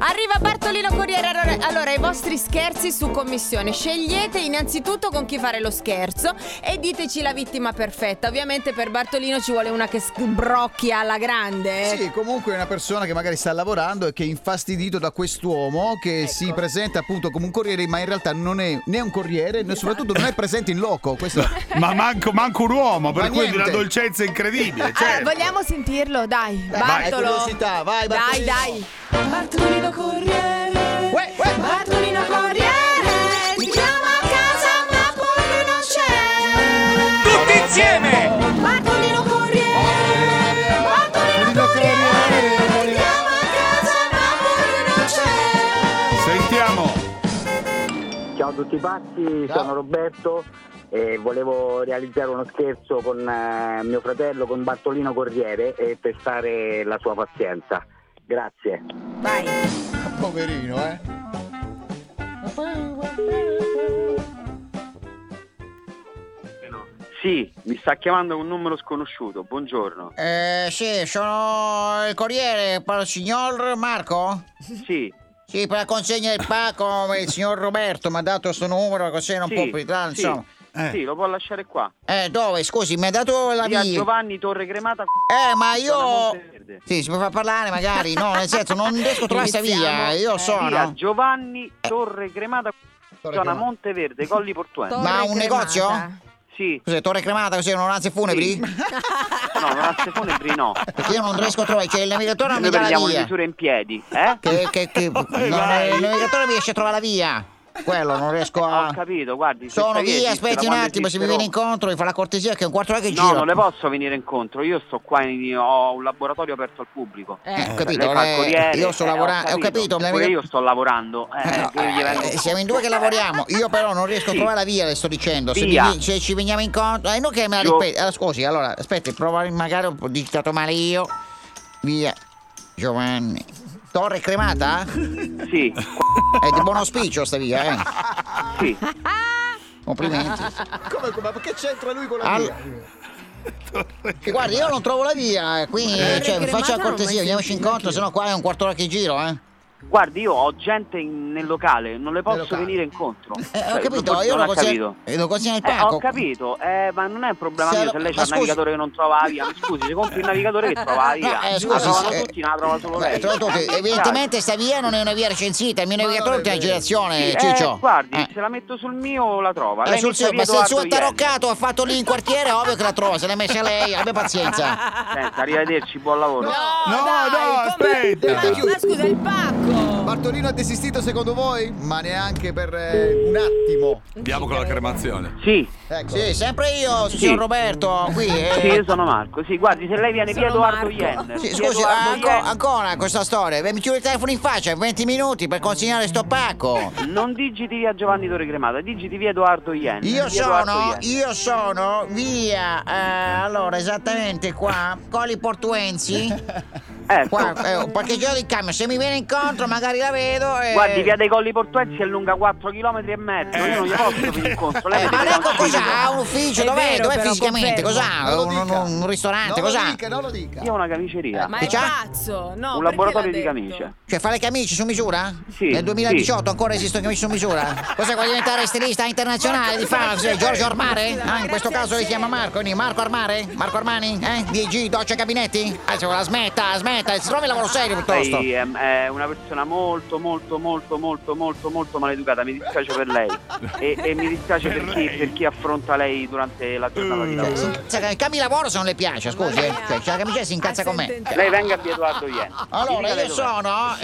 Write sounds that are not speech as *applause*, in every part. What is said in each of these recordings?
Arriva Bartolino Corriere. Allora- Allora, i vostri scherzi su commissione. Scegliete innanzitutto con chi fare lo scherzo e diteci la vittima perfetta. Ovviamente per Bartolino ci vuole una che sbrocchia alla grande. Eh, Sì, comunque è una persona che magari sta lavorando e che è infastidito da quest'uomo che Ecco. si presenta appunto come un corriere, ma in realtà non è né un corriere, Esatto. né soprattutto non è presente in loco. Questo... *laughs* Ma manco, manco un uomo, per Ma cui di una niente. Ah, dolcezza incredibile. Allora, certo. vogliamo sentirlo, dai. Vai, Bartolo. curiosità, vai Dai, Bartolino. dai. Bartolino Corriere. Uè, uè. Bartolino Corriere. Ti chiama a casa ma poi non c'è. Tutti insieme! Bartolino Corriere. Bartolino Corriere. Ti chiama a casa ma poi non c'è. Sentiamo. Ciao a tutti pazzi, Ciao. sono Roberto e volevo realizzare uno scherzo con eh, mio fratello, con Bartolino Corriere e testare la sua pazienza. Grazie. Vai. Poverino, eh. Sì, mi sta chiamando un numero sconosciuto. Buongiorno. Eh, sì, sono il corriere per il signor Marco? Sì, Sì, per la consegna del pacco il signor Roberto mi ha dato questo numero così non sì, può più sì, insomma. Eh. sì, lo può lasciare qua. Eh, dove? Scusi, mi ha dato la Via via. Giovanni Torre Cremata. Eh, ma zona io... Monteverde. Sì, si può far parlare magari, no, nel senso non riesco a trovare questa via, Iniziamo. io Eh. Via sono... Giovanni Torre Cremata, zona Cremata. Monteverde, Colli Portuensi. Torre un cremata. negozio? Sì, Cos'è, torre cremata così, un'anzi funebri? Sì. no, non ha Stefonebri no. Perché io non riesco a trovare, cioè il navigatore non Noi mi dà la prendiamo le via. misure in piedi, eh? Ah, Che, che, che, non- *laughs* vai. il navigatore non riesce a trovare la via. Quello, non riesco a... Ho capito, guardi. se Sono sai che via, esiste, da aspetti un quando attimo, se mi esiste viene Roma. incontro mi fa la cortesia che è un quarto d'ora che No, giro. non le posso venire incontro, io sto qua, in- ho un laboratorio aperto al pubblico. Eh. Ho Lei capito, fa il eh, corriere, io sto eh, lavorando, ho capito, Pure io sto lavorando. eh, Eh, no, quindi gli vengo- eh, siamo in due che lavoriamo, io però non riesco Sì. a trovare la via, le sto dicendo. Se, Via. mi- se ci veniamo incontro, eh, non che me la Gio- ripeti. Allora, scusi, allora, aspetti, prova magari ho digitato male io. Via, Giovanni. *laughs* Torre cremata? Sì, È di buon auspicio sta via, eh. sì. Complimenti. Come, come- ma perché c'entra lui con la Al- via? Che Guarda, io non trovo la via, eh, qui Torre cioè, mi cremata non faccia la l'ho cortesia, mai veniamoci sentita, incontro, anch'io. sennò qua è un quarto d'ora che giro, eh. Guardi, io ho gente in- nel locale, non le posso locale. venire incontro. Eh, ho Cioè, capito, non io ho lo consegno, capito. eh, lo consegno al Eh, pacco. ho capito, eh, ma non è un problema Se mio lo- se lei ma c'ha un scusi- navigatore che non trova la via. Mi scusi, si compri il navigatore che trova la via. No, eh, la scusi, trovano eh, tutti, non la trova solo Beh, lei. tra l'altro, che evidentemente sta via non è una via recensita, il mio navigatore non è è una vero. girazione, Sì, eh, Ciccio. guardi, Eh, se la metto sul mio la trova. eh, Lei sul metta suo- via ma se il Edoardo suo è Iello. taroccato ha fatto lì in quartiere, è ovvio che la trova, se l'ha messa lei, abbia pazienza. Senta, arrivederci, buon lavoro. No, dai, no, come- aspetta. Ma, ma scusa, il pacco. Bartolino ha desistito secondo voi? Ma neanche per eh, un attimo. Andiamo con la cremazione. Sì, Ecco. Sì, sempre io, signor Roberto, qui. eh. sì, esatto. io sono Marco. Sì, guardi, se lei viene via Sono Edoardo Marco. Yen. Sì, via scusi, Edoardo anco- Yen. ancora questa storia, mi chiude il telefono in faccia, 20 minuti per consegnare sto pacco. Non digiti via Giovanni Torre Cremata, digiti via Edoardo Yen. Via Io Edoardo sono, Yen. io sono via, eh, allora esattamente qua, Coli *laughs* Portuensi. Ecco. Qua, eh, ho parcheggiato il camion, se mi viene incontro magari la vedo eh, e... eh, Guardi, via dei Colli Portuensi è lunga 4 km e mezzo. Io non gli posso venire incontro. Lei Eh, ma vede che lei co- non ci cosa ha? Un vedo. ufficio? È Dov'è? vero, Dov'è però, fisicamente? confermo. Cos'ha? Non lo Un, dica. Ah, un- un ristorante? non cos'ha? Lo dica, non lo dica. Io ho una camiceria. Ma è Già? pazzo. No, un perché laboratorio l'ha di detto? camicie. Cioè, fa le camicie su misura? Sì, Nel 2018 ancora esistono camicie su misura? Cos'è? Vuoi diventare stilista internazionale di Fabs? Giorgio Armare? Ah, in questo caso li chiama Marco. quindi Marco Armare? Marco Armani? Eh? DG, doccia e cabinetti? Eh, se vuole, smetta, smetta, si trovi un lavoro serio piuttosto. Lei ehm, è una persona molto, molto, molto, molto, molto, molto maleducata. Mi dispiace per lei. E, e mi dispiace per, chi, per chi affronta lei durante la giornata di lavoro. Cioè, che cambi lavoro se non le piace, scusi. Eh. Cioè, c'è la camicia e si incazza con me. Lei venga via Edoardo Yen. Allora, Dica lei io dov'è. sono,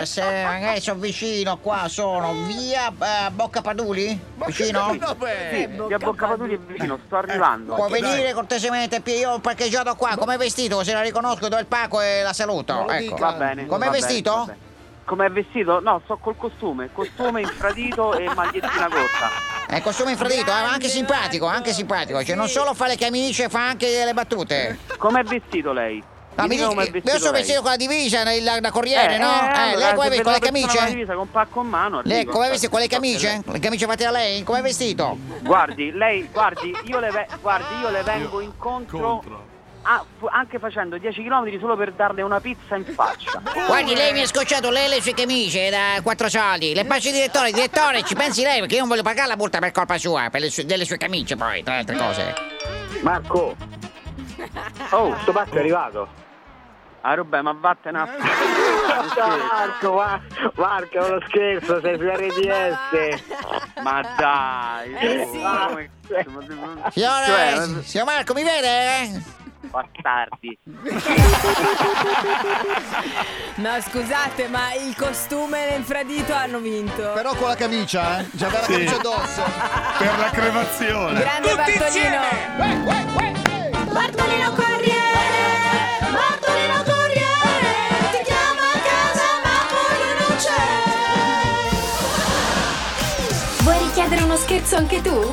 eh, se magari sono vicino qua, sono via eh, Bocca Paduli? Vicino? Eh, Sì, via Boccapaduri è vicino, Eh. sto arrivando. Può venire cortesemente, Pio, io ho parcheggiato qua, come vestito? Se la riconosco do il pacco e la saluto. lo Ecco. dica. Va bene. Com'è va bene, vestito? va bene. Com'è vestito? No, sto col costume, costume infradito e magliettina corta. È costume infradito, eh, ma anche Grande, simpatico, Marco. anche simpatico. Cioè, non Sì. solo fa le camicie, fa anche le battute. Com'è vestito lei? Ma Mi mi dica com'è dici- io sono lei. vestito con la divisa, la, la- la corriere, Eh, no? eh, Eh, allora, lei come se è vestito vedo una con le persona con la camicie? divisa con pacco in mano. Lei arrivo, come è aspetta, vestito con le aspetta, camicie? Le camicie fatte da lei? Come è vestito? lei- Guardi, lei, guardi, io le, ve- guardi, io le vengo incontro Contro. a- fu- anche facendo 10 km solo per darle una pizza in faccia. Guardi, lei mi ha scocciato le, le sue camicie eh, da quattro soldi. Le faccio il direttore, direttore, ci pensi lei perché io non voglio pagare la multa per colpa sua, per le sue- delle sue camicie poi, tra le altre cose. *laughs* Marco, Oh, sto pazzo è arrivato. ah, vabbè, ma vattene a Marco, va- Marco, è uno scherzo, sei su *laughs* RDS. *laughs* Ma dai, Eh, oh, sì. ma come- ma- Signore, cioè, signor Marco, mi vede? eh? bastardi. No, scusate, ma il costume e l'infradito hanno vinto. Però con la camicia, eh? Già aveva Sì. la camicia addosso. Per la cremazione. Grande Bartolino. Bartolino Corriere, Bartolino Corriere, ti chiama a casa ma poi non c'è. Vuoi richiedere uno scherzo anche tu?